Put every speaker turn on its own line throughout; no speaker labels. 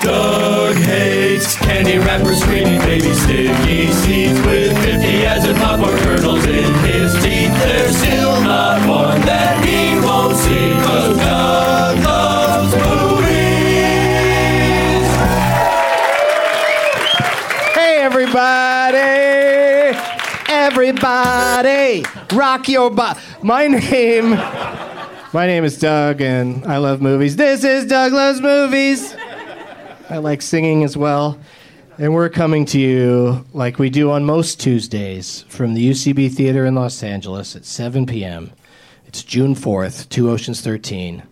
Doug hates candy wrappers, creamy baby sticky seeds with 50 as of popcorn kernels in his teeth. There's still not one that he won't see, cause Doug loves movies.
Hey, everybody! Everybody! Rock your body. My name. My name is Doug, and I love movies. This is Doug Loves Movies. I like singing as well. And we're coming to you like we do on most Tuesdays from the UCB Theater in Los Angeles at 7 p.m. It's June 4th, Two Oceans 13.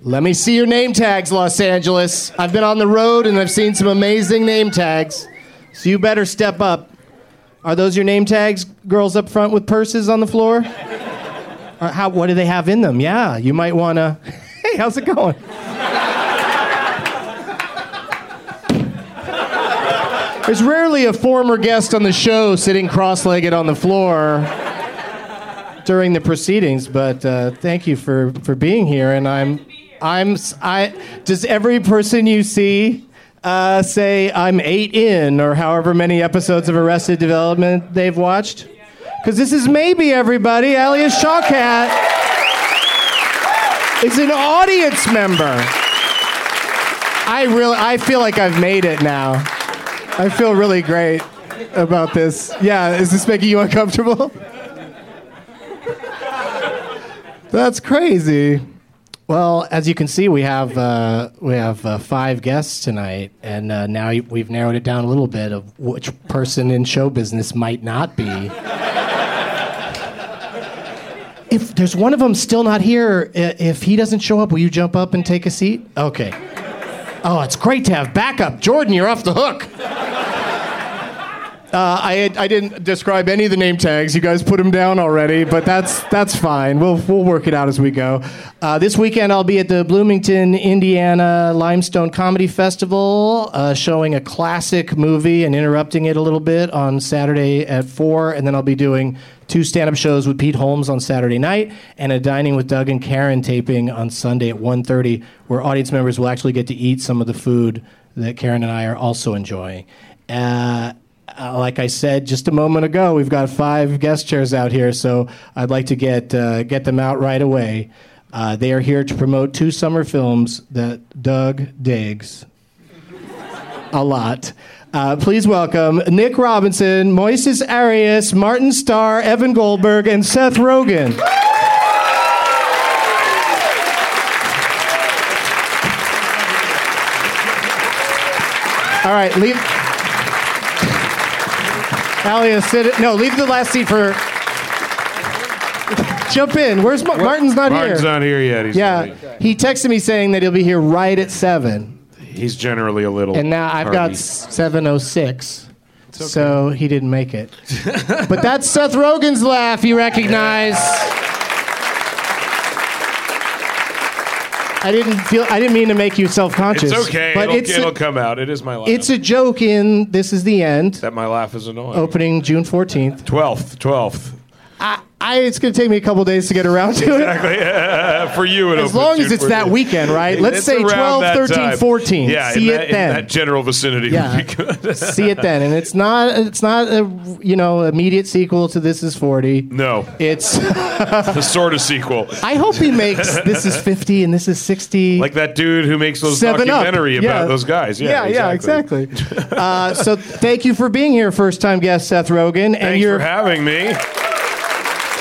Let me see your name tags, Los Angeles. I've been on the road and I've seen some amazing name tags. So you better step up. Are those your name tags, girls up front with purses on the floor? Or how, what do they have in them? Yeah, you might want to. Hey, how's it going? There's rarely a former guest on the show sitting cross legged on the floor during the proceedings, but uh, thank you for, for being here. And I'm, I'm, s- I, does every person you see uh, say I'm eight in or however many episodes of Arrested Development they've watched? Because this is maybe everybody. Alias Shawkat is an audience member. I really, I feel like I've made it now. I feel really great about this. Yeah, is this making you uncomfortable? That's crazy. Well, as you can see, we have uh, we have uh, five guests tonight, and uh, now y- we've narrowed it down a little bit of which person in show business might not be. if there's one of them still not here, i- if he doesn't show up, will you jump up and take a seat? Okay. Oh, it's great to have backup. Jordan, you're off the hook. Uh, I, had, I didn't describe any of the name tags. You guys put them down already, but that's that's fine. We'll we'll work it out as we go. Uh, this weekend I'll be at the Bloomington, Indiana Limestone Comedy Festival, uh, showing a classic movie and interrupting it a little bit on Saturday at four, and then I'll be doing two stand-up shows with Pete Holmes on Saturday night and a dining with Doug and Karen taping on Sunday at 1.30 where audience members will actually get to eat some of the food that Karen and I are also enjoying. Uh, uh, like I said just a moment ago, we've got five guest chairs out here, so I'd like to get uh, get them out right away. Uh, they are here to promote two summer films that Doug digs a lot. Uh, please welcome Nick Robinson, Moises Arias, Martin Starr, Evan Goldberg, and Seth Rogen. All right, leave. Alia, sit. it- No, leave the last seat for. Jump in. Where's Ma- Martin's not
Martin's
here?
not here yet. He's
yeah,
late.
he texted me saying that he'll be here right at seven.
He's generally a little.
and now I've got
tardy.
706. So he didn't make it. but that's Seth Rogen's laugh, you recognize. I didn't feel I didn't mean to make you self-conscious.
It's okay.
But
it'll,
it's
it'll
a,
come out. It is my laugh.
it's a joke in This is the End
that my laugh is annoying.
opening June 14th.
12th, 12th.
I, I it's going to take me a couple days to get around to it.
Exactly. Uh, For you, it
As long as it's that weekend, right? Let's
It's
say 12,
around that
13,
time.
14.
Yeah,
See
in
it
that,
then.
In that general vicinity
Yeah.
would be good.
see it then and it's not it's not a you know immediate sequel to this is 40
no,
it's
the sort of sequel.
i hope he makes this is 50 and this is 60
Like that dude who makes those
Seven Up.
documentary about
Yeah.
those guys.
yeah
Yeah,
yeah exactly, uh, so thank you for being here first time guest seth rogen and
Thanks
your
for having me.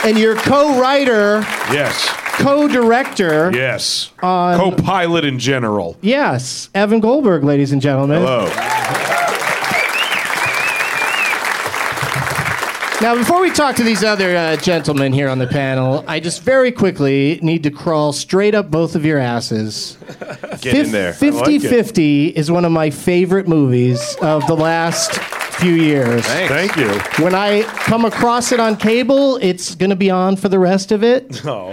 and your co-writer
Yes,
co-director
yes. Co-pilot in general.
yes evan goldberg ladies and gentlemen
Hello.
Now, before we talk to these other uh, gentlemen here on the panel, I just very quickly need to crawl straight up both of your asses.
Get in there. I
50
like it.
50 is one of my favorite movies of the last few years.
Thank you.
When I come across it on cable, it's going to be on for the rest of it,
Oh,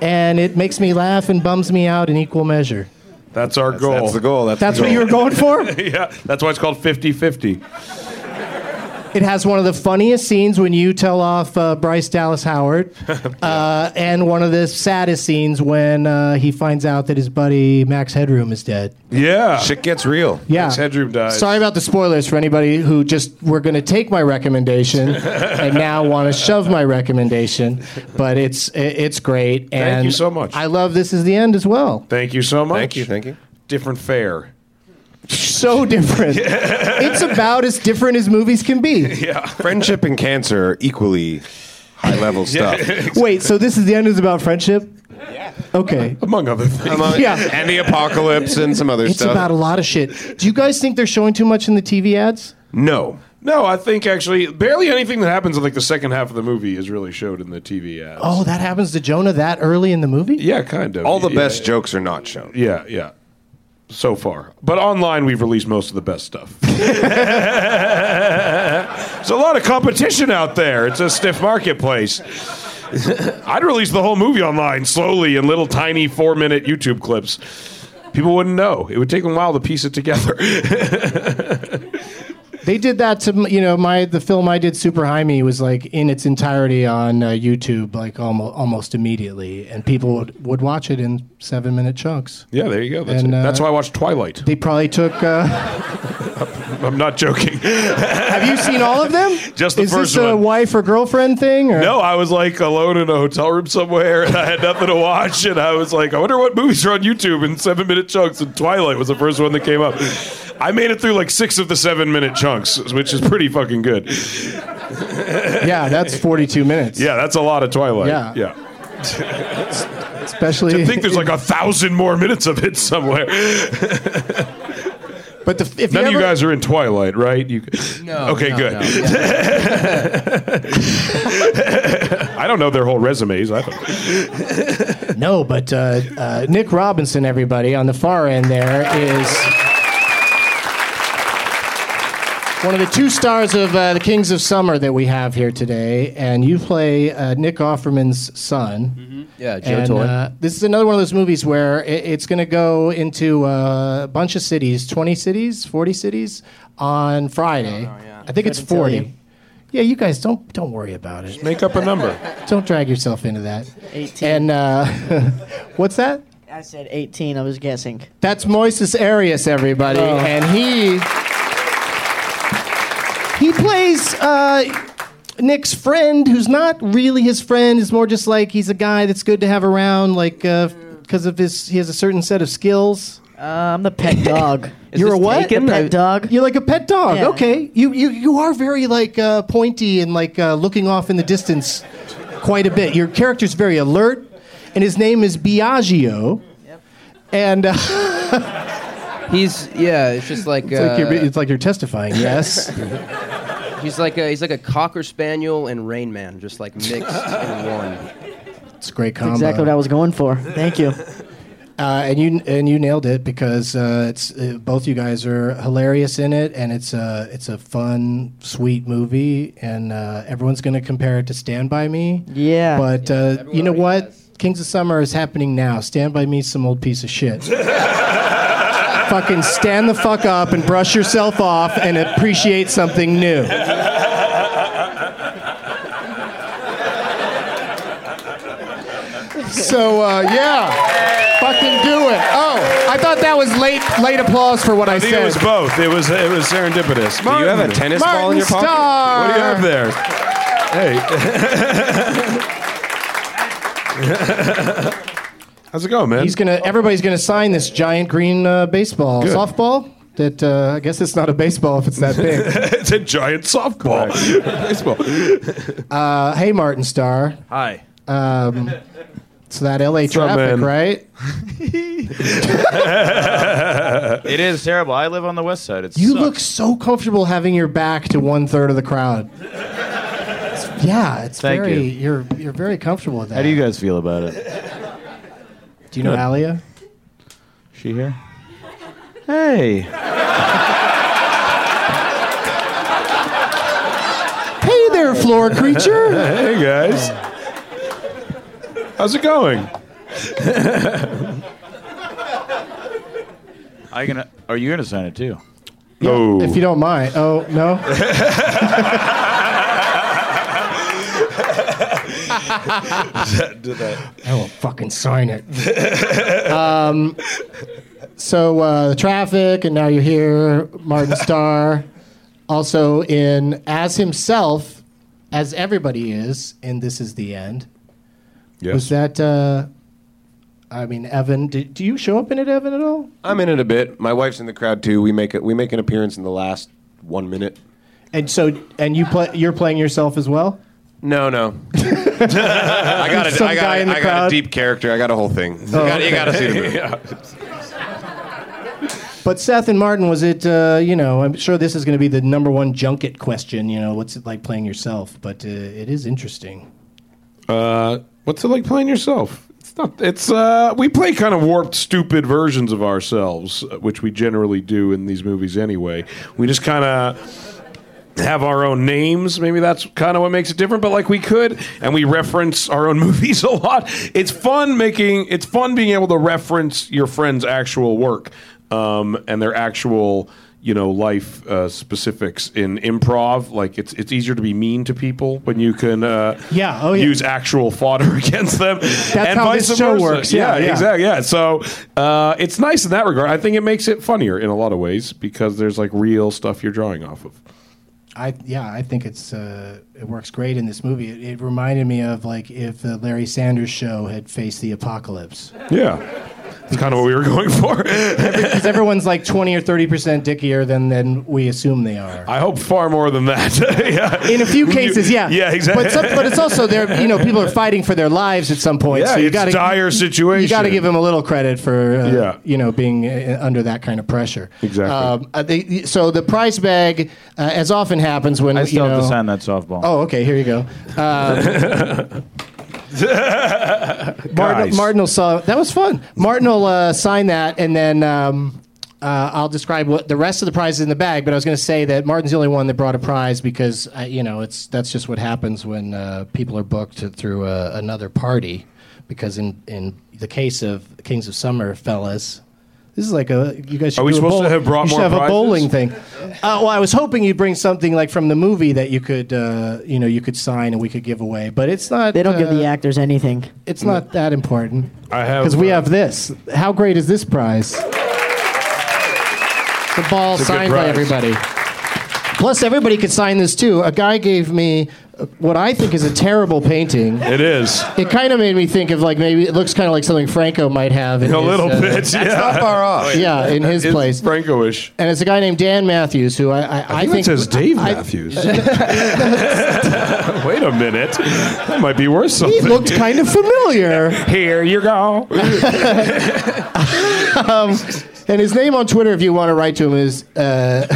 and it makes me laugh and bums me out in equal measure.
that's our goal.
That's the goal. Oh, That's,
That's
the
what you
goal.
were going for?
yeah, that's why it's called 50-50.
It has one of the funniest scenes when you tell off uh, Bryce Dallas Howard, uh, and one of the saddest scenes when uh, he finds out that his buddy Max Headroom is dead.
Yeah.
Shit gets real.
Yeah,
Max Headroom dies.
Sorry about the spoilers for anybody who just were going to take my recommendation and now want to shove my recommendation, but it's i- it's great. And
you so much.
I love this is the end as well.
Thank you so much.
Thank you. Thank you.
Different fare.
So different. it's about as different as movies can be.
Friendship and cancer are equally high level stuff.
Wait, so this is the end is about friendship? Yeah. Okay.
Among other things.
Among-
Yeah.
And the apocalypse and some other
It's
stuff.
about a lot of shit. Do you guys think they're showing too much in the TV ads?
no.
No, I think actually barely anything that happens in like the second half of the movie is really showed in the TV ads.
Oh, that happens to Jonah that early in the movie?
Yeah, kind of.
All the
Yeah,
best jokes are not shown.
Yeah, yeah. So far. But online we've released most of the best stuff. There's a lot of competition out there. It's a stiff marketplace. I'd release the whole movie online slowly in little tiny 4-minute YouTube clips. People wouldn't know. It would take them a while to piece it together.
They did that to m- you know my the film I did Super Jaime was like in its entirety on uh, YouTube like almost almost immediately, and people would, would watch it in seven minute chunks.
yeah, there you go. That's,
And,
it. That's
uh,
why I watched Twilight.
They probably took. Uh,
I'm not joking.
have you seen all of them?
Just the
Is
first
this a
one.
wife or girlfriend thing? Or?
No, I was like alone in a hotel room somewhere, and I had nothing to watch. And I was like, I wonder what movies are on YouTube in seven minute chunks. And Twilight was the first one that came up. I made it through like six of the seven minute chunks, which is pretty fucking good.
Yeah, that's forty two minutes.
Yeah, that's a lot of Twilight.
Yeah.
yeah.
especially.
I think there's like a thousand more minutes of it somewhere.
But the, if
None
you,
of you
ever-
guys are in Twilight, right? You, no. Okay, good. I don't know their whole resumes. I don't.
No, but uh, uh, Nick Robinson, everybody on the far end there is. one of the two stars of uh, the Kings of Summer that we have here today, and you play uh, Nick Offerman's
Yeah,
son.
Mm-hmm. Joe
And,
Torre.
uh, this is another one of those movies where it, it's going to go into uh, a bunch of cities, 20 cities, 40 cities on Friday. I think it's
Oh, Couldn't tell
40.
you.
Yeah, you guys don't don't worry about it.
Make up a number.
Don't drag yourself into that.
18.
And uh, what's that?
I said 18. I was guessing. Oh.
That's Moises Arias, everybody, and he he plays uh, Nick's friend, who's not really his friend. It's more just like he's a guy that's good to have around, like because of his he has a certain set of skills.
I'm the pet dog.
You're a what?
Taken?
A
pet dog.
You're like a pet dog.
Yeah.
Okay, you you you are very like uh, pointy and like uh, looking off in the distance quite a bit. Your character's very alert, and his name is Biagio. And uh,
He's yeah. It's just like,
it's, like
uh,
you're, it's like you're testifying. Yes.
he's like a he's like a cocker spaniel and Rain Man, just like mixed in one.
It's a great combo.
Exactly what I was going for. Thank you.
Uh, and you and you nailed it because uh, it's uh, both you guys are hilarious in it, and it's a it's a fun, sweet movie, and uh, everyone's gonna compare it to Stand by Me.
Yeah.
But uh, you know
already
what?
has.
Kings of Summer is happening now. Stand by Me, some old piece of shit. Fucking stand the fuck up and brush yourself off and appreciate something new. So uh, yeah, fucking do it. Oh, I thought that was late late applause for what I,
I think
said.
it was both. It was it was serendipitous.
Do you have a tennis ball
Martin
in your pocket?
Starr.
What do you have there? Hey. How's it going, man?
He's gonna. Everybody's gonna sign this giant green uh, baseball
Good.
softball. That uh, I guess it's not a baseball if it's that big.
it's a giant softball. Baseball.
uh, hey, Martin Starr.
Hi.
It's that LA
up,
traffic,
man?
right?
It is terrible. I live on the west side. It's
You look so comfortable having your back to one third of the crowd. It's- yeah, it's
Thank
very.
you.
You're you're very comfortable with that.
How do you guys feel about it?
Do you know Alia?
She here? Hey.
Hey there, floor creature.
Hey guys. How's it going?
Are you gonna? Are you gonna sign it too?
Oh.
if you don't mind. Oh no. I will fucking sign it. um, so uh, the traffic, and now you're here, Martin Starr, also in as himself, as everybody is, and this is the end. Was
yes.
that? Uh, I mean, Evan, did, do you show up in it, Evan, at all?
I'm in it a bit. My wife's in the crowd too. We make it. We make an appearance in the last one minute.
And so, and you play, you're playing yourself as well.
No, no. I got a,
Some
I got,
guy
a,
in the
I got
crowd.
a deep character. I got a whole thing. you, got, you got to see the movie.
But Seth and Martin, was it? Uh, you know, I'm sure this is going to be the number one junket question. You know, what's it like playing yourself? But uh, it is interesting.
Uh, what's it like playing yourself? It's not. It's uh, we play kind of warped, stupid versions of ourselves, uh, which we generally do in these movies anyway. We just kind of have our own names. Maybe that's kind of what makes it different. But like we could, and we reference our own movies a lot. It's fun making. It's fun being able to reference your friend's actual work um, and their actual. You know, life uh, specifics in improv. Like it's it's easier to be mean to people when you can uh,
Yeah, oh, yeah.
use actual fodder against them. That's
how this show works. Yeah,
Yeah,
yeah.
exactly. Yeah. So uh, it's nice in that regard. I think it makes it funnier in a lot of ways because there's like real stuff you're drawing off of.
I yeah, I think it's uh, it works great in this movie. It, it reminded me of like if the Larry Sanders Show had faced the apocalypse,
Yeah. It's kind of what we were going for.
because everyone's like twenty or thirty percent dickier than than we assume they are.
I hope far more than that. yeah.
in a few cases, yeah,
Yeah, exactly.
But, some, but it's also there. You know, people are fighting for their lives at some point.
Yeah,
so you
it's
gotta,
dire
You got to
situation.
give him a little credit for, uh,
Yeah.
you know, being uh, under that kind of pressure.
Exactly.
uh, they, so the prize bag, uh, as often happens when
I
you
still
know,
have to sign that softball.
Oh, okay. Here you go. Martin,
Guys.
Martin will saw that was fun. Martin will uh, sign that, and then um, uh, I'll describe what the rest of the prizes in the bag. But I was going to say that Martin's the only one that brought a prize because uh, you know it's that's just what happens when uh, people are booked through uh, another party. Because in in the case of Kings of Summer, fellas, this is like a you guys. Should
Are we
do a
supposed to
bowl-
have brought
you should
more
have a
prizes?
bowling thing. Uh, well, I was hoping you'd bring something like from the movie that you could uh, you know you could sign and we could give away. But it's not.
They don't give
uh,
the actors anything.
It's not that important.
I have. uh,
Because we have this. How great is this prize? The ball
It's a good
signed by
prize.
everybody. Plus, everybody could sign this too. A guy gave me uh, what I think is a terrible painting.
It is.
It kind of made me think of like maybe it looks kind of like something Franco might have. In
A
his,
little
uh,
bit. yeah.
not far off.
Yeah, in his
It's
place.
Franco-ish.
And it's a guy named Dan Matthews who I I, I,
I think it
think
says Dave
I-
Matthews. Wait a minute. That might be
he
worth something.
looked kind of familiar.
Here you go.
Um, And his name on Twitter, if you want to write to him, is uh,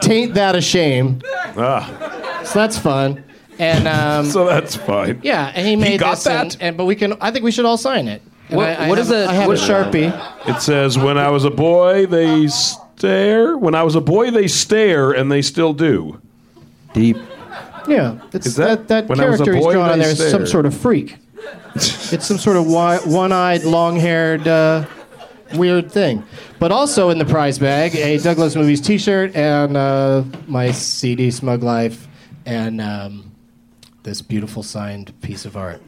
Taint That a Shame.
ah,
So that's fun. And um,
so that's fine.
yeah, and he made
got
this. and-
that?
And, but we can. I think we should all sign it. And
What-
I, I
what
have,
is
a-
the-
I have
what-
a sharpie.
It says, "When I was a boy, they stare. When I was a boy, they stare, and they still do."
Deep.
Yeah, it's,
Is
that that,
that- when I was a
character he's
boy,
drawn on
they
there is some
stared.
sort of freak. it's some sort of wi- one-eyed, long-haired, uh, weird thing. But also in the prize bag, a Douglas Movies T-shirt and uh, my CD, Smug Life, and um, this beautiful signed piece of art.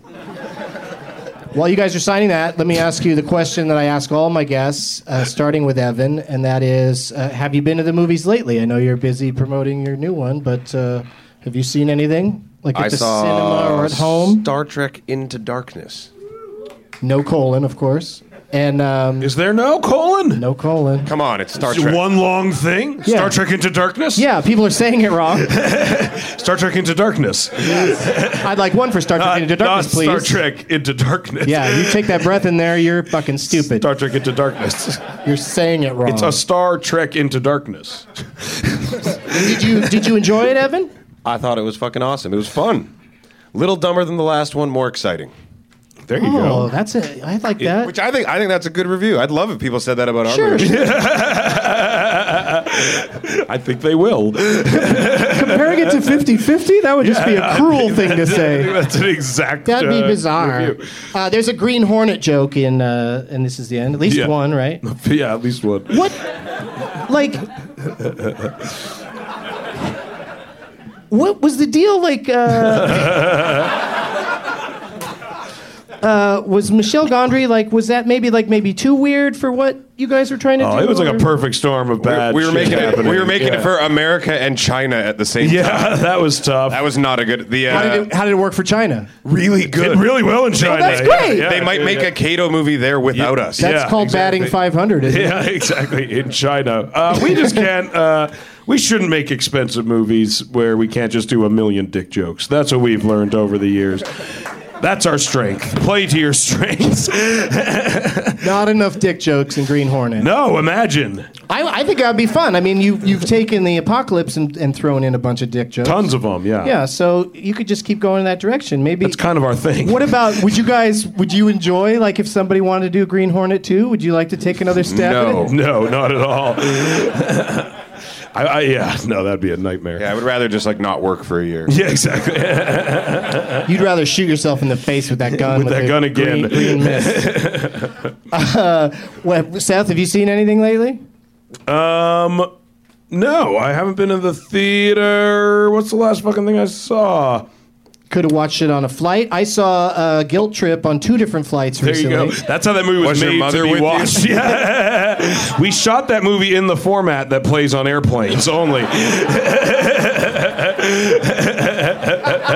While you guys are signing that, let me ask you the question that I ask all my guests, uh, starting with Evan, and that is uh, Have you been to the movies lately? I know you're busy promoting your new one, but uh, have you seen anything? Like at
I
the
saw
cinema or at home?
Star Trek Into Darkness.
No colon, of course. And um,
Is there no colon?
no colon.
Come on, it's Star
It's
Trek.
One long thing.
Yeah.
Star Trek into darkness.
Yeah, people are saying it wrong.
Star Trek into darkness.
I'd like one for Star Trek
Not-
Into
not
Darkness, please.
Star Trek into darkness.
Yeah, you take that breath in there, you're fucking stupid.
Star Trek into darkness.
You're saying it wrong.
Oh.
It's a Star Trek into darkness.
did you did you enjoy it, Evan?
I thought it was fucking awesome. It was fun. Little dumber than the last one, more exciting.
There you
Oh,
go.
that's it. I like that.
Which I think I think that's a good review. I'd love if people said that about our
Sure,
movie. Oh.
I think they will.
Comparing it to 50 50, that would just be a cruel thing to say.
That's an exact.
That'd be
uh,
bizarre.
review.
Uh, there's a Green Hornet joke in, uh, and this is the end. At least
Yeah.
one, right?
Yeah, at least one.
What? Like. What was the deal? Like, uh, uh, uh, was Michelle Gondry like? Was that maybe like maybe too weird for what you guys were trying to
Oh,
do?
it was like
or-
a perfect storm of bad.
we were
shit
making it,
happening.
we were making
yeah.
it for America and China at the same time.
Yeah, that was tough.
That was not a good. The uh,
How did it, how did it work for China?
really good.
Did really well in China.
that's
Yeah,
great.
yeah,
they might
yeah,
make
yeah.
a Kato movie there without us.
That's
Yeah,
called
exactly.
batting 500. Isn't it?
Yeah, exactly. In China, uh, we just can't. Uh, we shouldn't make expensive movies where we can't just do a million dick jokes. That's what we've learned over the years. That's our strength. Play to your strengths.
Not enough dick jokes in Green Hornet.
no, imagine
I, I think that'd be fun. I mean, you you've taken the apocalypse and, and thrown in a bunch of dick jokes.
tons of them. Yeah,
Yeah, so you could just keep going in that direction. Maybe.
That's kind of our thing.
what about? Would you guys? Would you enjoy like if somebody wanted to do Green Hornet too? Would you like to take another stab?
No.
At it?
No, not at all. I, I, yeah, no, that'd be a nightmare.
Yeah, I would rather just like not work for a year.
Yeah, exactly.
You'd rather shoot yourself in the face with that gun.
With that
the
gun again.
Green, green mist. uh, well, Seth, have you seen anything lately?
Um, no, I haven't been in the theater. What's the last fucking thing I saw?
Could have watched it on a flight. I saw uh, Guilt Trip on two different flights
There you
recently.
go. That's how that movie was,
Was your
made
mother
to be
with you?
watched. Yeah. we shot that movie in the format that plays on airplanes only.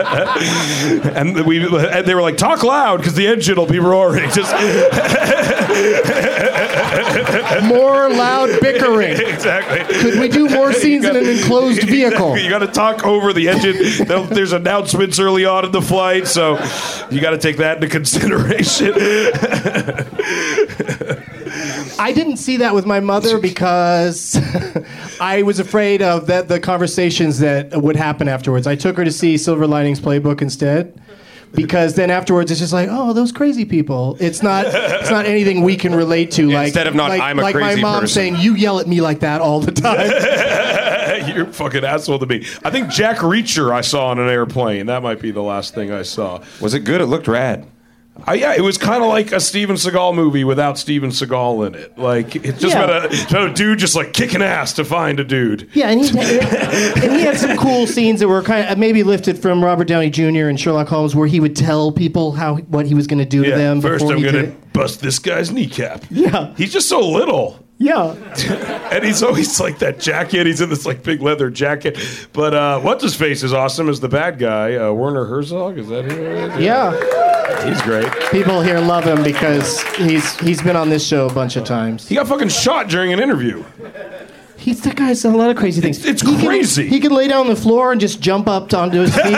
and we and they were like, "Talk loud, because the engine will be roaring." Just
More loud bickering.
exactly.
Could we do more scenes in an enclosed vehicle?
You got to talk over the engine. There'll- There's announcements early on in the flight, so you got to take that into consideration.
I didn't see that with my mother because I was afraid of that the conversations that would happen afterwards. I took her to see Silver Linings Playbook instead, because then afterwards it's just like, oh, those crazy people. It's not it's not anything we can relate to. Like
Instead of not,
like,
"I'm a
like
crazy
my mom
person."
saying you yell at me like that all the time.
You're a fucking asshole to me. I think Jack Reacher I saw on an airplane. That might be the last thing I saw.
Was it good? It looked rad.
Uh, yeah, it was kind of like a Steven Seagal movie without Steven Seagal in it. Like it's just
Yeah.
about, a, it's about a dude just like kicking ass to find a dude.
yeah, and he and he had some cool scenes that were kind of maybe lifted from Robert Downey Jr. and Sherlock Holmes, where he would tell people how what he was going to do to them.
first
before
I'm
he
gonna
did it.
bust this guy's kneecap.
Yeah.
he's just so little.
Yeah.
and he's always like that jacket. He's in this like big leather jacket. But uh, what's his face is awesome. Is the bad guy uh, Werner Herzog? Is that who it is?
Yeah.
he's great.
People here love him because he's he's been on this show a bunch of times.
He got fucking shot during an interview.
He's that guy's done a lot of crazy things.
It's- it's
He can-
crazy.
he can lay down on the floor and just jump up onto his feet.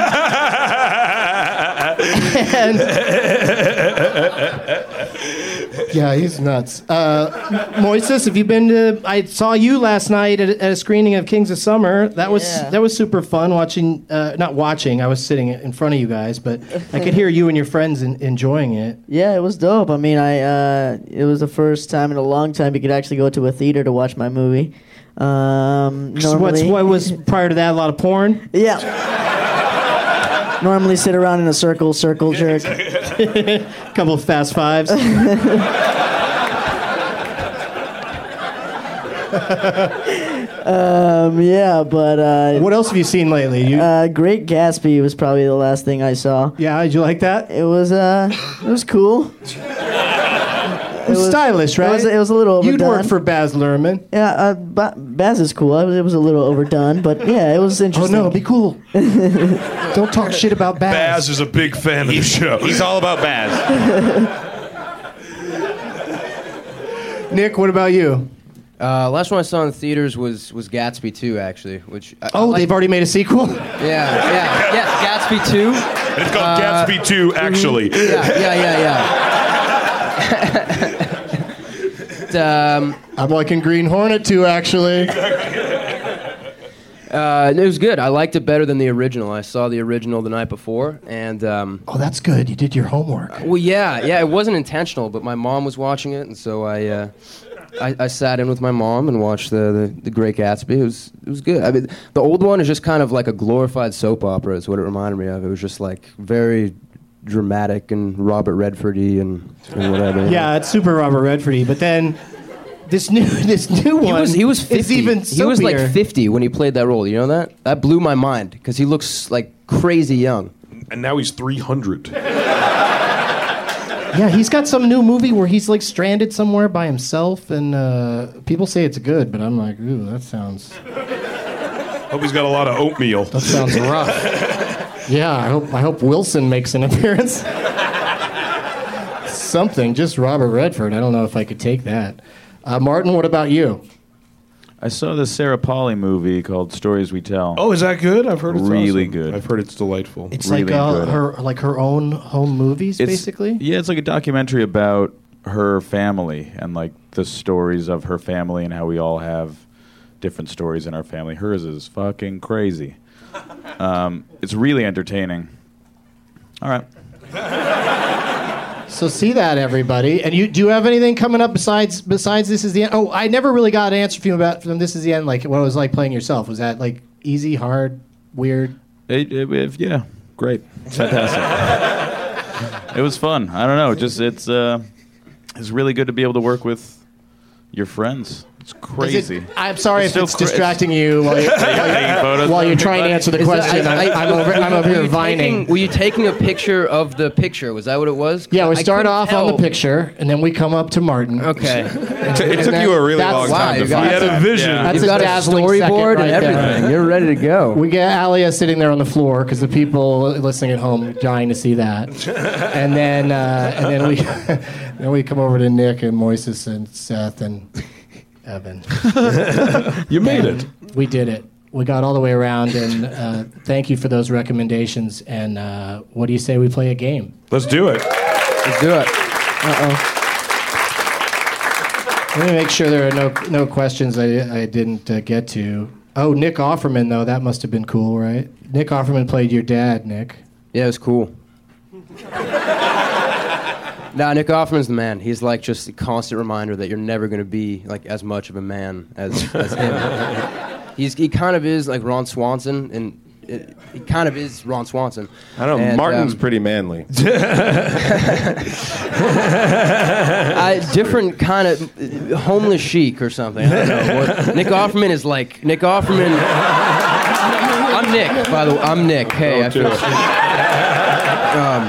yeah, he's nuts. Uh, Moises, have you been to? I saw you last night at, at a screening of Kings of Summer. That was
Yeah.
that was super fun watching. Uh, not watching. I was sitting in front of you guys, but I could hear you and your friends en- enjoying it.
Yeah, it was dope. I mean, I uh, it was the first time in a long time you could actually go to a theater to watch my movie. Um,
So what's,
normally,
what was prior to that? A lot of porn.
yeah. normally sit around in a circle, circle jerk.
Couple of fast fives.
Um, yeah, but uh,
what else have you seen lately? You,
uh, Great Gatsby was probably the last thing I saw.
yeah, did you like that?
It was uh, it was cool.
It was stylish, right?
It was, it was a little overdone.
You'd work for Baz Luhrmann.
Yeah, uh, ba- Baz is cool. I was, it was a little overdone, but yeah, it was
Oh
interesting.
no, be cool. Don't talk shit about Baz.
Baz is a big fan of the show.
He's all about Baz.
Nick, what about you?
Uh, last one I saw in theaters was was Gatsby 2, actually, which I, I
Oh,
like-
they've already made a sequel.
yeah, yeah, yes, Gatsby 2.
It's called Gatsby 2, actually.
Yeah, yeah, yeah, yeah. And, um,
I'm liking Green Hornet too, actually.
uh, it was good. I liked it better than the original. I saw the original the night before, and um,
Oh, that's good. You did your homework.
well, yeah, yeah, it wasn't intentional, but my mom was watching it, and so I, uh, I, I sat in with my mom and watched the, the the Great Gatsby. It was it was good. I mean, the old one is just kind of like a glorified soap opera. Is what it reminded me of. It was just like very dramatic and Robert Redfordy and, and whatever. you know.
Yeah, it's super Robert Redfordy, but then this new this new one
He was he was 50.
is even
he was like
soapier.
50 when he played that role. You know that? That blew my mind because he looks like crazy young.
And now he's 300.
Yeah, he's got some new movie where he's like stranded somewhere by himself, and uh, people say it's good, but I'm like, ooh, that sounds
Hope he's got a lot of oatmeal.
that sounds rough. yeah, I hope I hope Wilson makes an appearance. Something, just Robert Redford. I don't know if I could take that. Uh, Martin, what about you?
I saw the Sarah Polly movie called Stories We Tell.
Oh, is that good? I've heard it's
Really
awesome.
good.
I've heard it's delightful.
It's
Really
like uh,
good.
her like her own home movies, basically.
Yeah, it's like a documentary about her family and like the stories of her family and how we all have different stories in our family. Hers is fucking crazy. Um, it's really entertaining. All right.
So see that everybody. And you do you have anything coming up besides besides this is the end? Oh, I never really got an answer from you about from this is the end. Like what it was like playing yourself. Was that like easy, hard, weird?
It, it, it- yeah, great, It's fantastic. it was fun. I don't know. Just it's uh, it's really good to be able to work with your friends. It's
Is it-
crazy.
I'm sorry
It's
if
so
it's
cra- it's-
distracting you while you're,
Taking photos
while
of
you're trying to
everybody.
answer the
Is that-
question.
I-
I,
I-
am over, I'm over
were
here
you
vining.
Taking, were you taking a picture of the picture? Was that what it was?
yeah, we
I
start
couldn't
off
tell.
on the picture, and then we come up to Martin.
Okay.
It, t- it
And
took
that-
you a really
that's-
long
wow,
time to
you got-
find
He had a
that.
vision.
Yeah.
That's
You've
a
got a
dazzling second
storyboard
right
and
there.
everything. You're ready to go.
We get Alia sitting there on the floor because the people listening at home dying to see that, and then uh, and then we then we come over to Nick and Moises and Seth and Evan.
You made it.
We did it. We got all the way around, and uh, thank you for those recommendations. And uh, what do you say we play a game?
Let's do it.
Let's do it.
Let me make sure there are no no questions I I didn't uh, get to. Oh, Nick Offerman though, that must have been cool, right? Nick Offerman played your dad, Nick.
Yeah, it was cool. Nah, Nick Offerman's the man. He's like just a constant reminder that you're never gonna be like as much of a man as, as him. He's he kind of is like Ron Swanson, and it, he kind of is Ron Swanson.
I don't know.
And,
Martin's
um,
pretty manly.
I, different kind of homeless chic or something. I don't know. What- Nick Offerman is like Nick Offerman. I'm Nick, by the way. I'm Nick. Hey, I feel shitty. Um,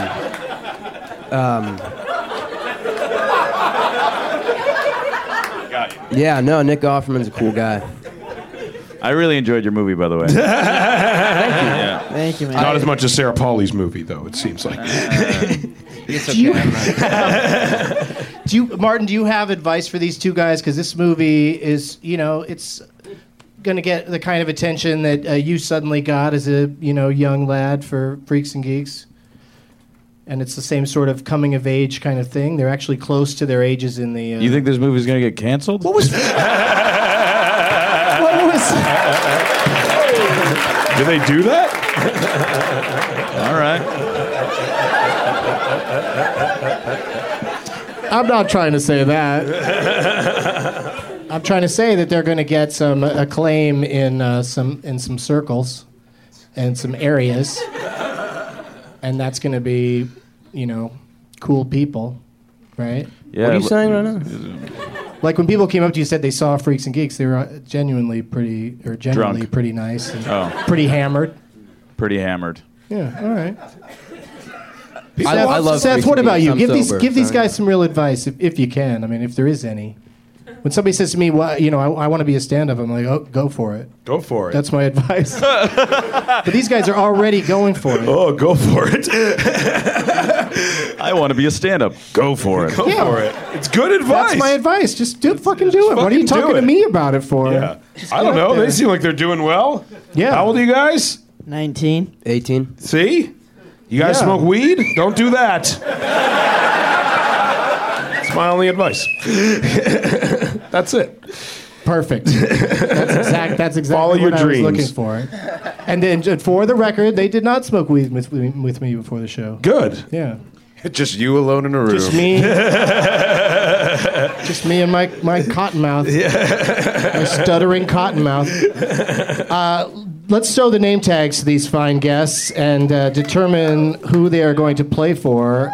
um, yeah, no, Nick Offerman's a cool guy.
I really enjoyed your movie, by the way. Thank you.
Thank you, man.
Not as much as Sarah Pauli's movie, though. It seems like
it's
okay. do you, Martin? Do you have advice for these two guys? Because this movie is, you know, it's going to get the kind of attention that uh, you suddenly got as a, you know, young lad for Freaks and Geeks. And it's the same sort of coming of age kind of thing. They're actually close to their ages in the. Uh,
You think this movie's gonna get canceled? What
was? what was?
do they do that?
All right.
I'm not trying to say that. I'm trying to say that they're going to get some acclaim in uh, some in some circles, and some areas, and that's going to be, you know, cool people, right?
Yeah.
what are you
l-
saying right now?
Like when people came up to you said they saw Freaks and Geeks, they were uh, genuinely pretty or genuinely
Drunk.
pretty nice, and
Oh,
pretty hammered.
pretty hammered.
Yeah, all right.
I-
Seth,
I love
Seth,
Freaks
what
and
about
Geeks.
you?
I'm
give these
sober,
give these
sorry.
guys some real advice if, if you can. I mean, if there is any. When somebody says to me, "Why you know, I, I want to be a stand-up," I'm like, "Oh, go for it."
Go for it.
That's my advice. but these guys are already going for it.
oh, go for it.
I want to be a stand-up. Go for it.
go
Yeah.
for it. It's good advice.
That's my advice. Just do fucking do it. What are you
fucking do
talking to
it.
me about it for?
yeah.
Just
I
get
don't
up
know.
there.
They seem like they're doing well.
Yeah.
How old are you guys?
19.
18.
See? You guys
Yeah.
smoke weed? Don't do that. That's my only advice. That's it.
Perfect. That's exact. That's exactly
Follow
what
your
I
dreams.
was looking for. And then, ju- for the record, they did not smoke weed with, with me before the show.
Good.
Yeah,
Just you alone in a room.
just me, just me and my my cotton mouth, my stuttering cotton mouth. Uh, let's show the name tags to these fine guests and uh, determine who they are going to play for.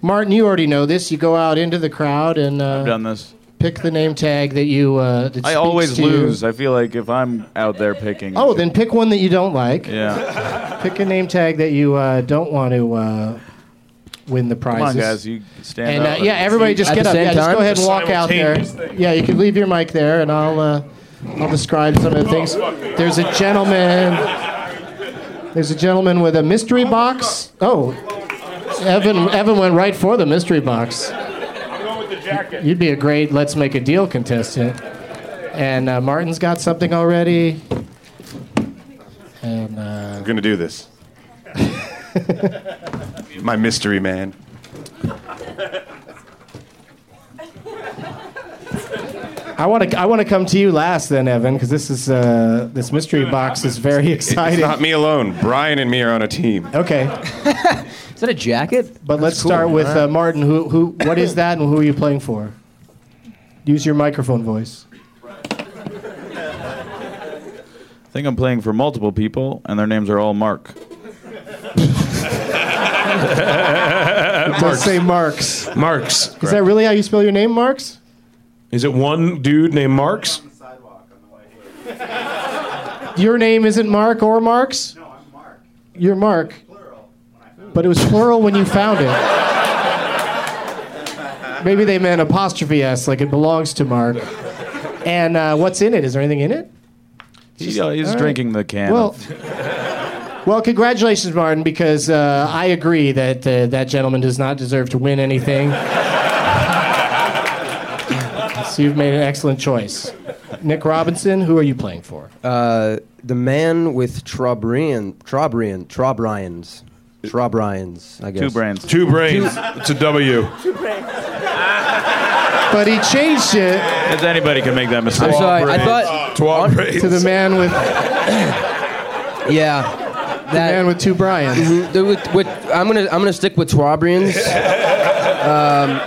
Martin, you already know this. You go out into the crowd and
I've
uh,
done this.
pick the name tag that you. Uh, that
I
speaks
always
to you.
lose. I feel like if I'm out there picking.
Oh, then pick one that you don't like.
Yeah.
Pick a name tag that you uh, don't want to uh, win the prizes.
Come on, guys. You stand
And uh,
up.
yeah, everybody just
At
get
the
up.
same
Yeah, just go
time?
ahead and walk out there.
Simultaneous thing.
Yeah, you can leave your mic there, and I'll uh, I'll describe some of the things. There's a gentleman. There's a gentleman with a mystery box. Oh, Evan Evan went right for the mystery box.
I'm going with the jacket.
You'd be a great Let's Make a Deal contestant. And uh, Martin's got something already. And uh,
I'm gonna do this. my mystery man.
I want to I want to come to you last then, Evan, because this is uh, this mystery box is very
It's
exciting.
not me alone. Brian and me are on a team.
Okay,
Is that a jacket?
but let's start with uh, Martin. Who who what is that, and who are you playing for? Use your microphone voice.
I think I'm playing for multiple people, and their names are all Mark. uh,
It does say Marks.
Marks.
Is that really how you spell your name, Marks?
Is it one dude named Marks?
Your name isn't Mark or Marks. No, I'm Mark. You're Mark. Plural. But it was plural when you found it. Maybe they meant apostrophe s, like it belongs to Mark. And uh, what's in it? Is there anything in it?
He's, uh, he's
all right.
drinking the can.
Well,
of-
well, congratulations, Martin, because uh, I agree that uh, that gentleman does not deserve to win anything. so you've made an excellent choice. Nick Robinson, who are you playing for?
Uh, the man with Trobrian, Trobrian, Trobrians, Trobrians, I guess.
two brands.
Two brains. It's a W.
but he changed it
If anybody can make that mistake.
I'm sorry. I thought.
Twelve
on-
brains.
to the man with.
Yeah. that man with two Brian's. I'm gonna I'm gonna stick with Twabrians. um,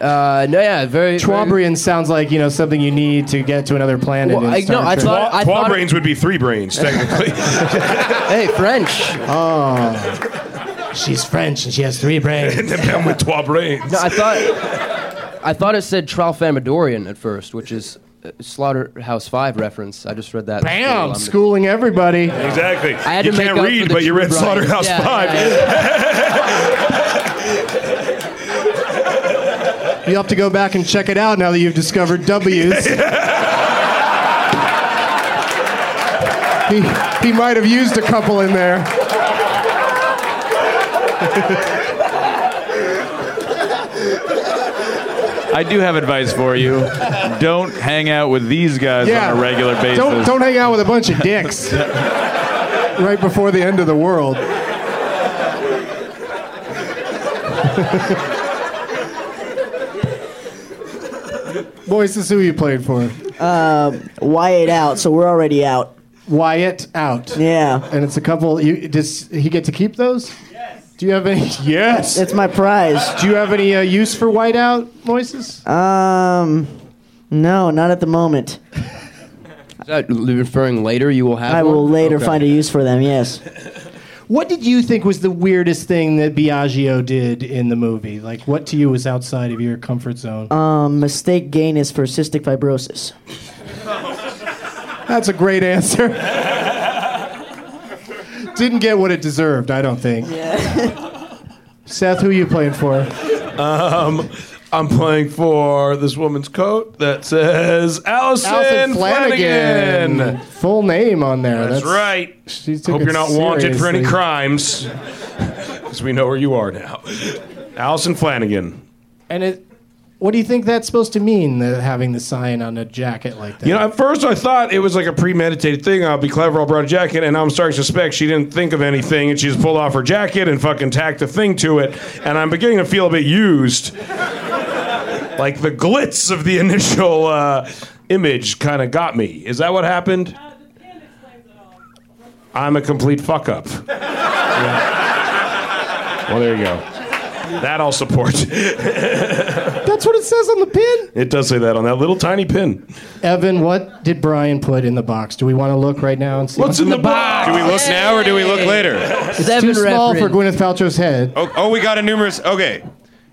uh, no, yeah, very.
Twabrian sounds like you know something you need to get to another planet.
Well,
in
I-
Star
no, I
Trek.
thought- I thought-
brains would be three brains, technically.
hey, French.
Oh, she's French and she has three brains.
the man with trois brains.
No, I thought I thought it said Tralfamadorian at first, which is uh, Slaughterhouse Five reference. I just read that. in school.
Bam!
I'm-
Schooling everybody.
Exactly.
I had
you
to make
can't
up
read,
for the
but you
two
read
Brians.
Slaughterhouse
Yeah,
Five.
yeah,
You'll have to go back and check it out now that you've discovered W's. he, he might have used a couple in there.
I do have advice for you. Don't hang out with these guys
Yeah.
on a regular basis.
Don't, don't hang out with a bunch of dicks right before the end of the world. Boys, this is who you played for.
Uh, Wyatt out, so we're already out.
Wyatt out.
Yeah.
And it's a couple. You, does he get to keep those? Yes. Do you have any? Yes.
It's my prize.
Do you have any uh, use for whiteout voices?
Um, no, not at the moment.
Is that referring later? You will have.
I will
one?
later
Okay.
find a use for them. Yes.
What did you think was the weirdest thing that Biagio did in the movie? Like, what to you was outside of your comfort zone?
Um, mistake gain is for cystic fibrosis.
That's a great answer. Didn't get what it deserved, I don't think. Seth, who you playing for?
Um, I'm playing for this woman's coat that says Allison, Flanagan.
Full name on there.
That's, right.
She took
Hope
it
you're not wanted for any
seriously.
crimes, because we know where you are now. Allison Flanagan.
And it, what do you think that's supposed to mean, the, having the sign on a jacket like that?
You know, at first I thought it was like a premeditated thing. I'll be clever. I'll brought a jacket, and I'm starting to suspect she didn't think of anything, and she just pulled off her jacket and fucking tacked a thing to it. And I'm beginning to feel a bit used. like the glitz of the initial uh, image kind of got me. Is that what happened? I'm a complete fuck up. Yeah. Well, there you go. That I'll support.
That's what it says on the pin.
it does say that on that little tiny pin.
Evan, what did Brian put in the box? Do we want to look right now and see?
What's in the box?
Do we look now or do we look later?
It's
Seven
too small for
reference.
Gwyneth Paltrow's head.
Oh, oh we got a numerous. Okay.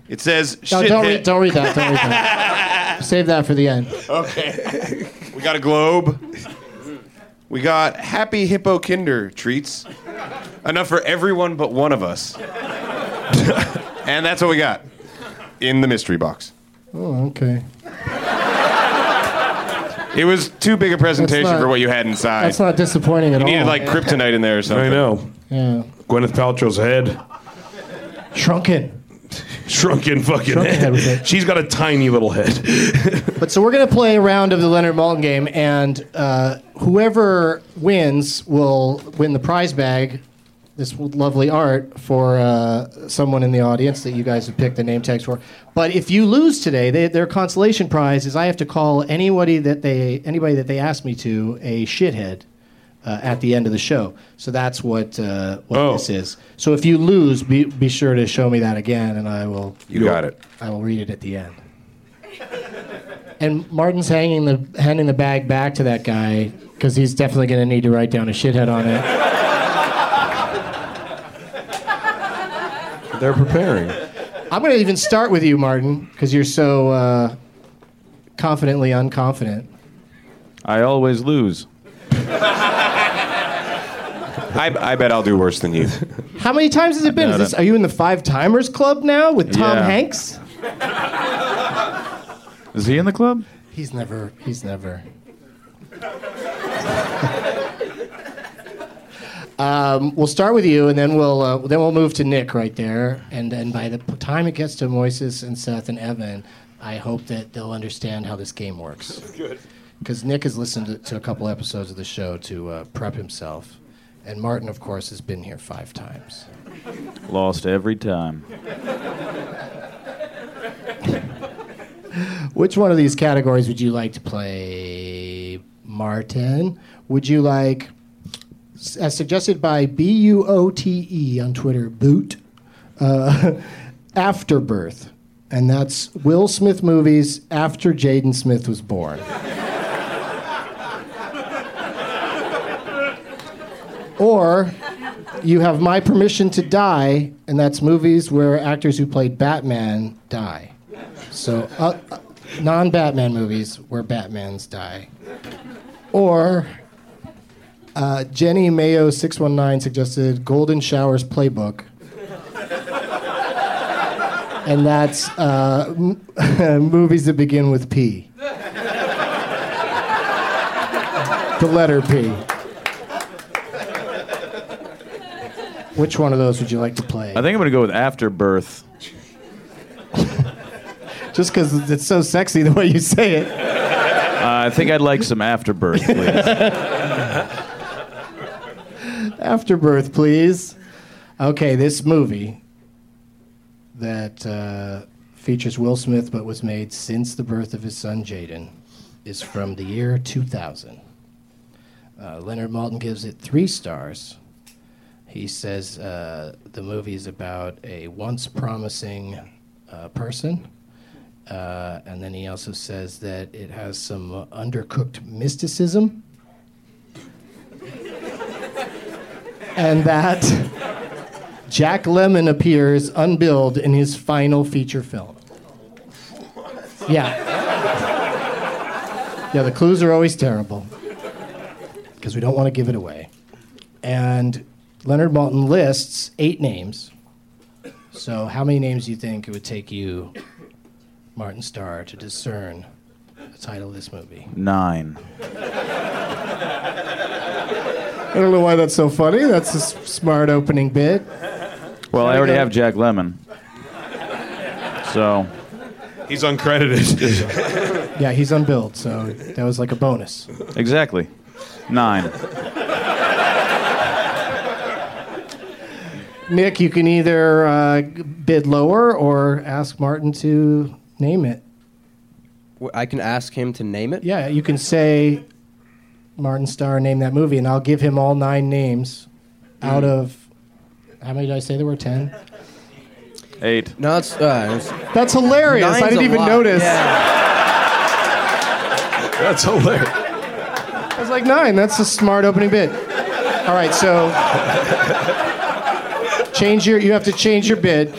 It says
Oh,
No,
shit
don't
hit.
read, don't read that. Don't read that. Save that for the end.
Okay. we got a globe. We got happy hippo kinder treats. Enough for everyone but one of us. and that's what we got in the mystery box.
Oh, okay.
It was too big a presentation
not-
for what you had inside.
That's not disappointing at
you
all.
needed like kryptonite in there or something.
I know.
yeah.
Gwyneth Paltrow's head.
Shrunken.
Shrunken fucking
Shrunken head
head.
with it.
She's got a tiny little head.
But so we're gonna play a round of the Leonard Maltin game, and uh, whoever wins will win the prize bag, this lovely art for uh, someone in the audience that you guys have picked the name tags for. But if you lose today, they, their consolation prize is I have to call anybody that they anybody that they ask me to a shithead. Uh, at the end of the show, so that's what uh, what
Oh.
this is. So if you lose, be, be sure to show me that again, and I will
You got it.
I will read it at the end. And Martin's hanging the handing the bag back to that guy because he's definitely going to need to write down a shithead on it.
They're preparing.
I'm going to even start with you, Martin, because you're so uh, confidently unconfident.
I always lose.
I, I bet I'll do worse than you.
How many times has it been? Is
doubt
this,
it.
are you in the Five Timers Club now with Tom
Yeah.
Hanks?
Is he in the club?
He's never. He's never. um, we'll start with you, and then we'll uh, then we'll move to Nick right there, and then by the p- time it gets to Moises and Seth and Evan, I hope that they'll understand how this game works. Good. Because Nick has listened to, to a couple episodes of the show to uh, prep himself, and Martin, of course, has been here five times.
Lost every time.
Which one of these categories would you like to play, Martin? Would you like s- as suggested by B U O T E on Twitter, Boot, uh, Afterbirth. And that's Will Smith movies after Jaden Smith was born. or you have My Permission to Die, and that's movies where actors who played Batman die. So, uh, uh, non Batman movies where Batmans die. Or uh, Jenny Mayo 619 suggested Golden Showers Playbook. and that's uh, m- movies that begin with P. the letter P. Which one of those would you like to play? I
think I'm going to go with Afterbirth.
Just because it's so sexy the way you say it.
Uh, I think I'd like some Afterbirth, please.
Afterbirth, please. Okay, this movie that uh, features Will Smith but was made since the birth of his son Jaden is from the year 2000. Uh, Leonard Maltin gives it three stars. He says uh, the movie is about a once promising uh, person. Uh, and then he also says that it has some uh, undercooked mysticism. and that Jack Lemon appears unbilled in his final feature film. Yeah. Yeah, the clues are always terrible because we don't want to give it away. And Leonard Maltin lists eight names. So, how many names do you think it would take you, Martin Starr, to discern the title of this movie?
Nine.
I don't know why that's so funny. That's a s- smart opening bit.
Well, I already have Jack Lemon. So.
He's uncredited.
Yeah, he's unbilled, so that was like a bonus.
exactly. Nine.
Nick, you can either uh, bid lower or ask Martin to name it.
Wh- I can ask him to name it.
Yeah, you can say, Martin Starr, name that movie, and I'll give him all nine names out
Mm.
of how many did I say there were? Ten?
Eight.
No, it's, uh, it's
That's hilarious. I
Nine's
didn't
a
even
lot,
notice.
That's hilarious.
I was like, nine, that's a smart opening bid. All right, so change your, you have to change your bid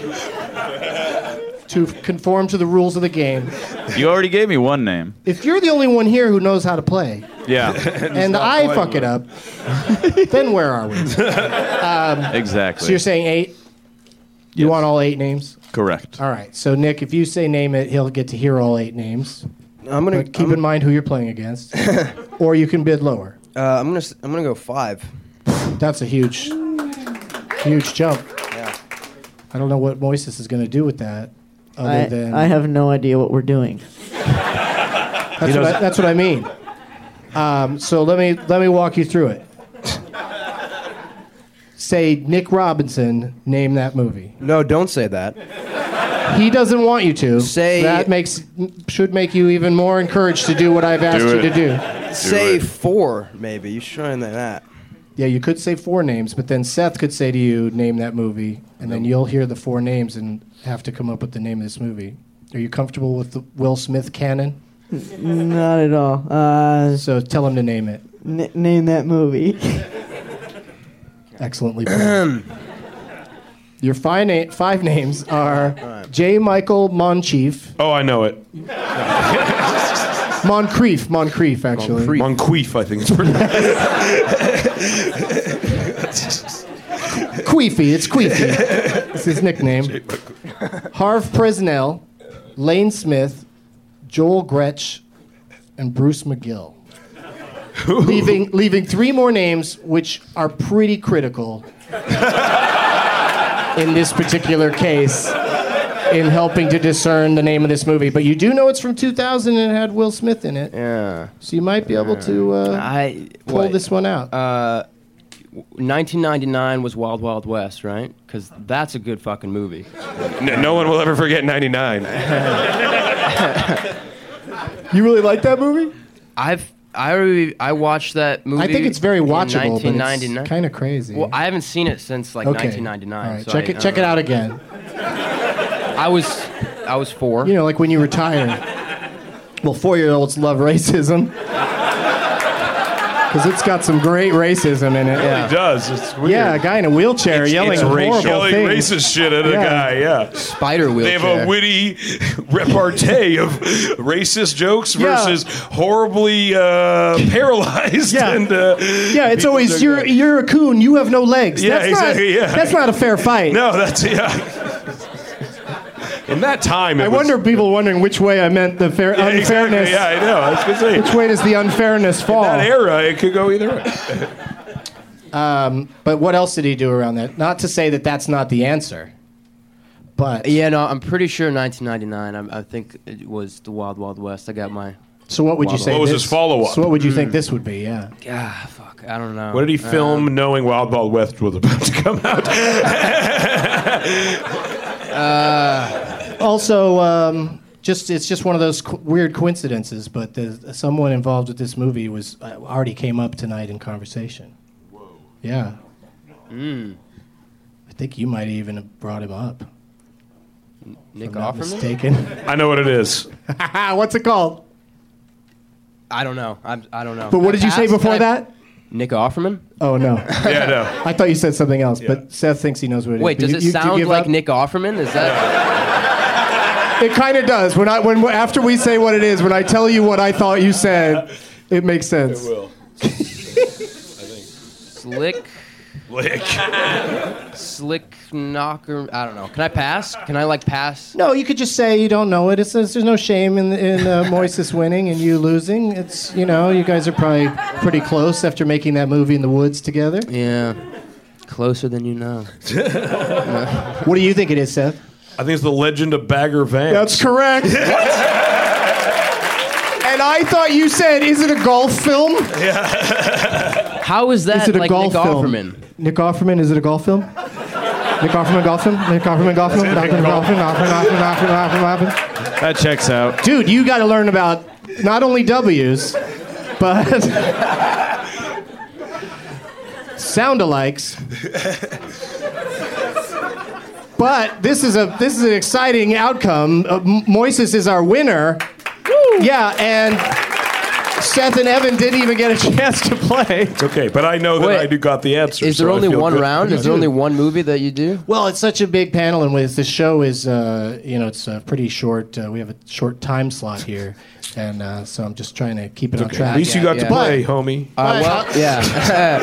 to conform to the rules of the game.
You already gave me one name.
If you're the only one here who knows how to play,
Yeah.
and I fuck it up, then where are we?
exactly.
So you're saying eight? You want all eight names?
Correct.
All right. So Nick, if you say name it, he'll get to hear all eight names.
I'm gonna
But keep in mind who you're playing against, or you can bid lower.
Uh, I'm gonna s- I'm gonna go five.
That's a huge, huge jump.
Yeah.
I don't know what Moises is going to do with that, other
I,
than
I have no idea what we're doing.
That's, what I, that's what I mean. Um, so let me let me walk you through it. say Nick Robinson, name that movie.
No, don't say that.
He doesn't want you to.
Say-
that makes should make you even more encouraged to do what I've asked
Do
you to
it.
do.
say four, maybe. You shouldn't say that.
Yeah, you could say four names, but then Seth could say to you, name that movie, and then you'll hear the four names and have to come up with the name of this movie. Are you comfortable with the Will Smith canon?
Not at all. Uh,
So tell him to name it.
n- name that movie.
Excellently played. Your five, na- five names are J. Michael Monchief.
Oh, I know it.
Moncrief, Moncrief, actually.
Monqueef, I think it's pronounced.
Queefy, it's Queefy. it's his nickname. Harv Presnell, Lane Smith, Joel Gretsch, and Bruce McGill. leaving, leaving three more names, which are pretty critical in this particular case in helping to discern the name of this movie. But you do know it's from 2000 and it had Will Smith in it.
Yeah.
So you might be able to uh,
I
pull
what?
this one out.
Uh, 1999 was Wild Wild West, right? Because that's a good fucking movie.
No, no one will ever forget 99.
you really like that movie?
I've I re- I watched that movie.
I think it's very
in
watchable, but it's
1999.
kind of crazy.
Well, I haven't seen it since like
Okay.
1999.
All right,
so
check
I-
it
I
check
don't
it out
know.
again.
I was I was four.
You know, like when you retire. well, four-year-olds love racism because it's got some great racism in it.
It
yeah.
really does. It's weird.
Yeah, a guy in a wheelchair yelling
it's
horrible
yelling
things.
racist shit at
Yeah.
a guy. Yeah,
spider wheelchair.
They have a witty repartee of racist jokes
Yeah.
versus horribly uh, paralyzed.
Yeah.
and uh,
Yeah, it's
people
always
that-
you're
E.
you're a coon. You have no legs.
Yeah,
that's
exactly,
Not,
yeah.
That's not a fair fight.
No, that's yeah. In that time, it
I
was-
wonder people wondering which way I meant the fair
Yeah, exactly.
unfairness.
Yeah, I know. I was gonna say
Which way does the unfairness fall?
that era, it could go either way.
Um, but what else did he do around that? Not to say that that's not the answer, but
Yeah, no, I'm pretty sure 1999. I, I think it was the Wild Wild West. I got my.
So what would you
Wild
say?
Wild
was
this-
his follow-up? Hmm.
So what would you think this would be? Yeah.
Ah, fuck. I don't know.
What did he film, knowing Wild Wild West was about to come out?
Also, um, just it's just one of those co- weird coincidences. But the, someone involved with this movie was uh, already came up tonight in conversation. Whoa. Yeah. I think you might even have brought him up. if
Nick
I'm not
Offerman?
mistaken.
I know what it is.
What's it called?
I don't know. I, I don't know.
But what did you say
Ask-
before
I-
that?
Nick Offerman?
Oh no.
Yeah, no.
I thought you said something else, but Seth thinks he knows what it is.
Wait,
But
does
you-
it
you- you
sound
give
like
up?
Nick Offerman? Is that?
It kind of does. When I when after we say what it is, when I tell you what I thought you said, it makes sense.
Slick,
Lick.
slick knocker. I don't know. Can I pass? Can I like pass?
No, you could just say you don't know it. It's, there's no shame in in uh, Moises winning and you losing. It's you know you guys are probably pretty close after making that movie in the woods together.
Yeah, closer than you know.
What do you think it is, Seth?
I think it's the Legend of Bagger Vance.
correct. and I thought you said, is it a golf film?
How is that
Is it a
like
golf
Nick
film?
Offerman?
Nick Offerman, is it a golf film? Nick Offerman, golf film? Nick Offerman, golf film? Nick Offerman, golf film? Offerman, Offerman, Offerman, Offerman, Offerman.
That checks out.
Dude, you got to learn about not only W's, but sound-alikes. But this is a this is an exciting outcome. Uh, M- Moises is our winner. Yeah, and Seth and Evan didn't even get a chance to play.
It's okay, but I know that
Wait.
I do got the answer.
Is there
so I
only
feel
one
good.
round? Is there only one movie that you do?
Well, it's such a big panel, and with the show is, uh, you know, it's uh, pretty short. Uh, we have a short time slot here, and uh, so I'm just trying to keep it on
Okay,
track.
At least you got
yeah.
to play, homie.
Uh, well, yeah.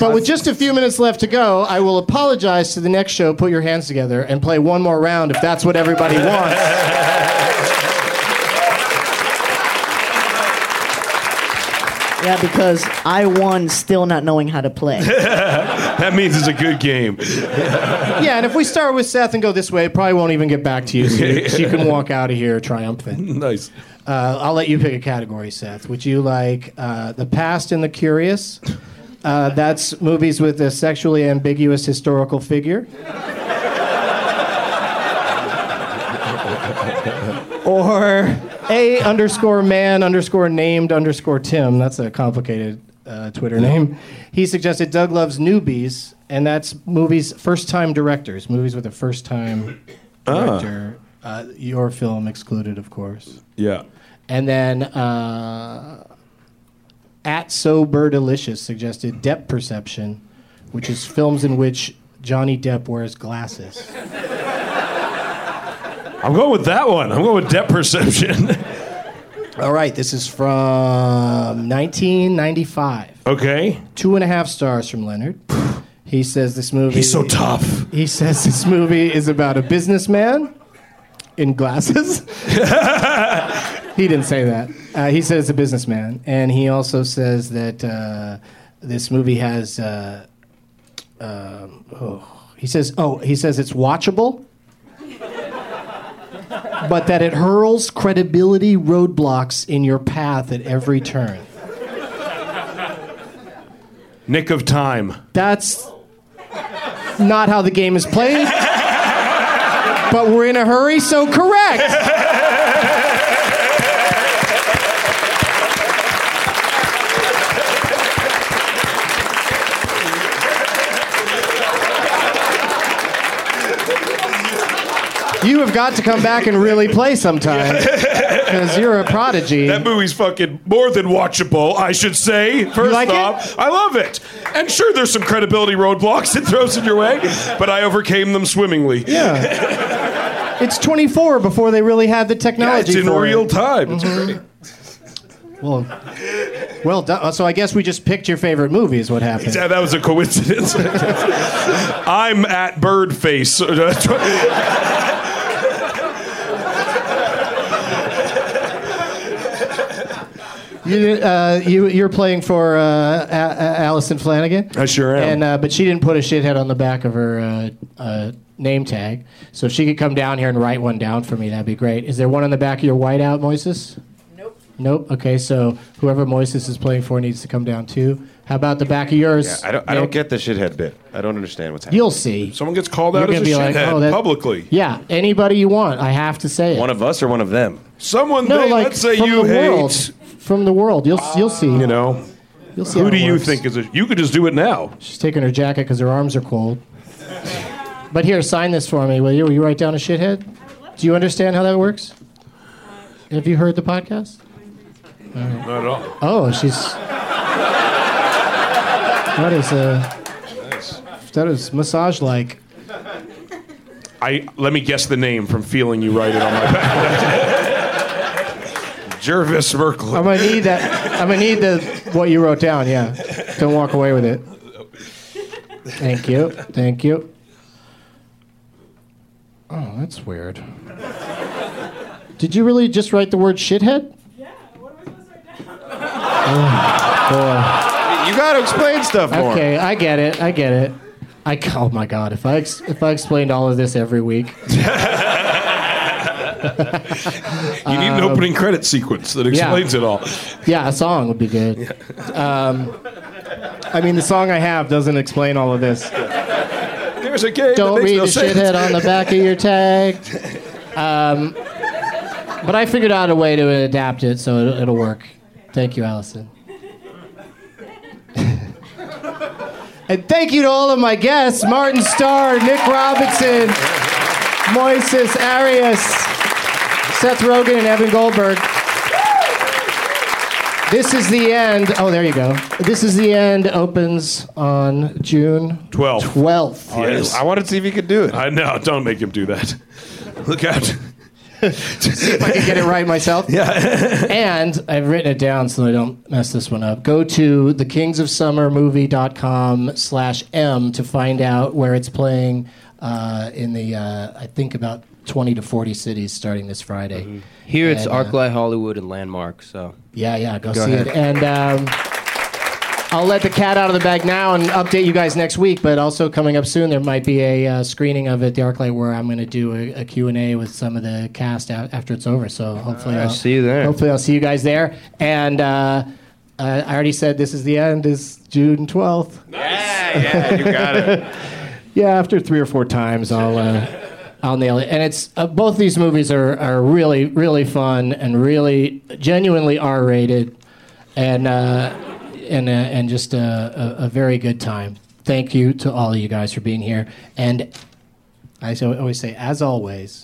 But with just a few minutes left to go, I will apologize to the next show. Put your hands together and play one more round if that's what everybody wants.
Yeah, because I won still not knowing how to play.
That means it's a good game.
yeah, and if we start with Seth and go this way, it probably won't even get back to you, so you, so you can walk out of here triumphant.
nice.
Uh, I'll let you pick a category, Seth. Would you like uh, the past and the curious? Uh, that's movies with a sexually ambiguous historical figure. or a underscore man underscore named underscore Tim. That's a complicated uh, Twitter name. He suggested Doug loves newbies, and that's movies first time directors, movies with a first time director. Uh, your film excluded, of course.
Yeah.
And then uh, at Sober Delicious suggested depth perception, which is films in which Johnny Depp wears glasses.
I'm going with that one. I'm going with depth perception.
All right, this is from 1995.
okay.
Two and a half stars from Leonard. He says this movie.
He's so tough.
He says this movie is about a businessman in glasses. he didn't say that. Uh, he said it's a businessman, and he also says that uh, this movie has. Uh, um, oh, he says. Oh, he says it's watchable. But that it hurls credibility roadblocks in your path at every turn.
Nick of time.
That's not how the game is played. but we're in a hurry, so correct. You have got to come back and really play sometime because you're a prodigy.
That movie's fucking more than watchable, I should say. First
like it?
off, I love it. And sure, there's some credibility roadblocks it throws in your way, but I overcame them swimmingly.
Yeah. It's 24 before they really had the
Yeah,
technology
it's in
for
real
it.
time. It's great.
Well, well done. So I guess we just picked your favorite movie is what happened.
Yeah, that was a coincidence. I'm at Birdface.
You, uh, you, you're playing for uh, a- a- Allison Flanagan.
I sure am.
And uh, but she didn't put a shithead on the back of her uh, uh, name tag, so if she could come down here and write one down for me, that'd be great. Is there one on the back of your whiteout, Moises? Nope. Nope. Okay, so whoever Moises is playing for needs to come down too. How about the back of yours?
Yeah, I don't. I don't
Nick?
get the shithead bit. I don't understand what's happening.
You'll see.
Someone gets called
You're
out as
gonna
a
be
shithead
like, oh, that-
publicly.
Yeah, anybody you want. I have to say it.
One of us or one of them?
Someone,
no,
they,
like
let's say
from
you
the
hate.
world. From the world, you'll you'll see.
You know,
you'll see.
who
how
do
it
you
works.
think is a? You could just do it now.
She's taking her jacket because her arms are cold. but here, sign this for me, will you? Will you write down a shithead? Do you understand how that works? Have you heard the podcast?
Not at all.
Oh, she's. that is a. That is massage like.
I let me guess the name from feeling you write it on my back. Jervis Merkel.
I'm gonna need that. I'm gonna need the what you wrote down. Yeah, don't walk away with it. Thank you. Thank you. Oh, that's weird. Did you really just write the word shithead? Yeah.
You got to
What am
explain stuff
I supposed to write down? Oh, boy.
more.
Okay, I get it. I get it. I c- oh my god! If I ex- if I explained all of this every week,
You need an
Um,
opening credit sequence that
yeah.
explains it all.
yeah, a song would be good. Um, I mean, the song I have doesn't explain all of this.
There's a game.
Don't
that makes
read
no
the
sense.
shithead on the back of your tag. Um, but I figured out a way to adapt it, so it'll, it'll work. Thank you, Allison. and thank you to all of my guests Martin Starr, Nick Robinson, Moises Arias, Seth Rogen, and Evan Goldberg. This is the end. Oh, there you go. This is the end opens on June
12th.
12th.
Yes.
I wanted to see if you could do it.
I know. Don't make him do that. Look out.
I can get it right myself. Yeah. and I've written it down so I don't mess this one up. Go to thekingsofsummermovie.com slash M to find out where it's playing uh, in the, uh, I think, about 20 to 40 cities starting this Friday.
Here it's
And, uh,
ArcLight Hollywood and Landmark. So
Yeah, yeah, go,
Go
see
ahead.
it. And um, I'll let the cat out of the bag now and update you guys next week. But also coming up soon, there might be a uh, screening of it at the ArcLight where I'm going to do a, a Q&A with some of the cast a- after it's over. So hopefully
I'll
I'll
see you there.
Hopefully I'll see you guys there. And uh, uh, I already said this is the end. Is June 12th.
yeah, you got it.
Yeah, after three or four times, I'll uh, I'll nail it. And it's uh, both these movies are are really really fun and really genuinely R rated, and uh, and uh, and just uh, a, a, a very good time. Thank you to all of you guys for being here. And I so- always say, as always,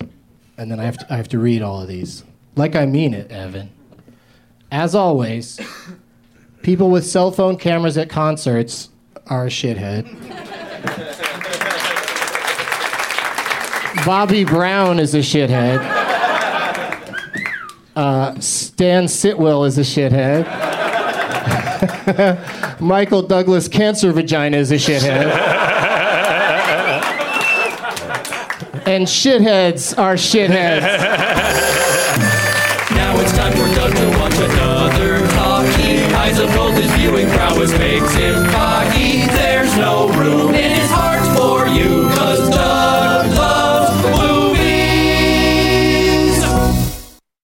and then I have to, I have to read all of these like I mean it, Evan. As always, people with cell phone cameras at concerts are a shithead. Bobby Brown is a shithead. Uh, Stan Sitwell is a shithead. Michael Douglas Cancer Vagina is a shithead. and shitheads are shitheads.
Now it's time for Doug to watch another talkie. Eyes of gold, his viewing prowess makes him cocky. There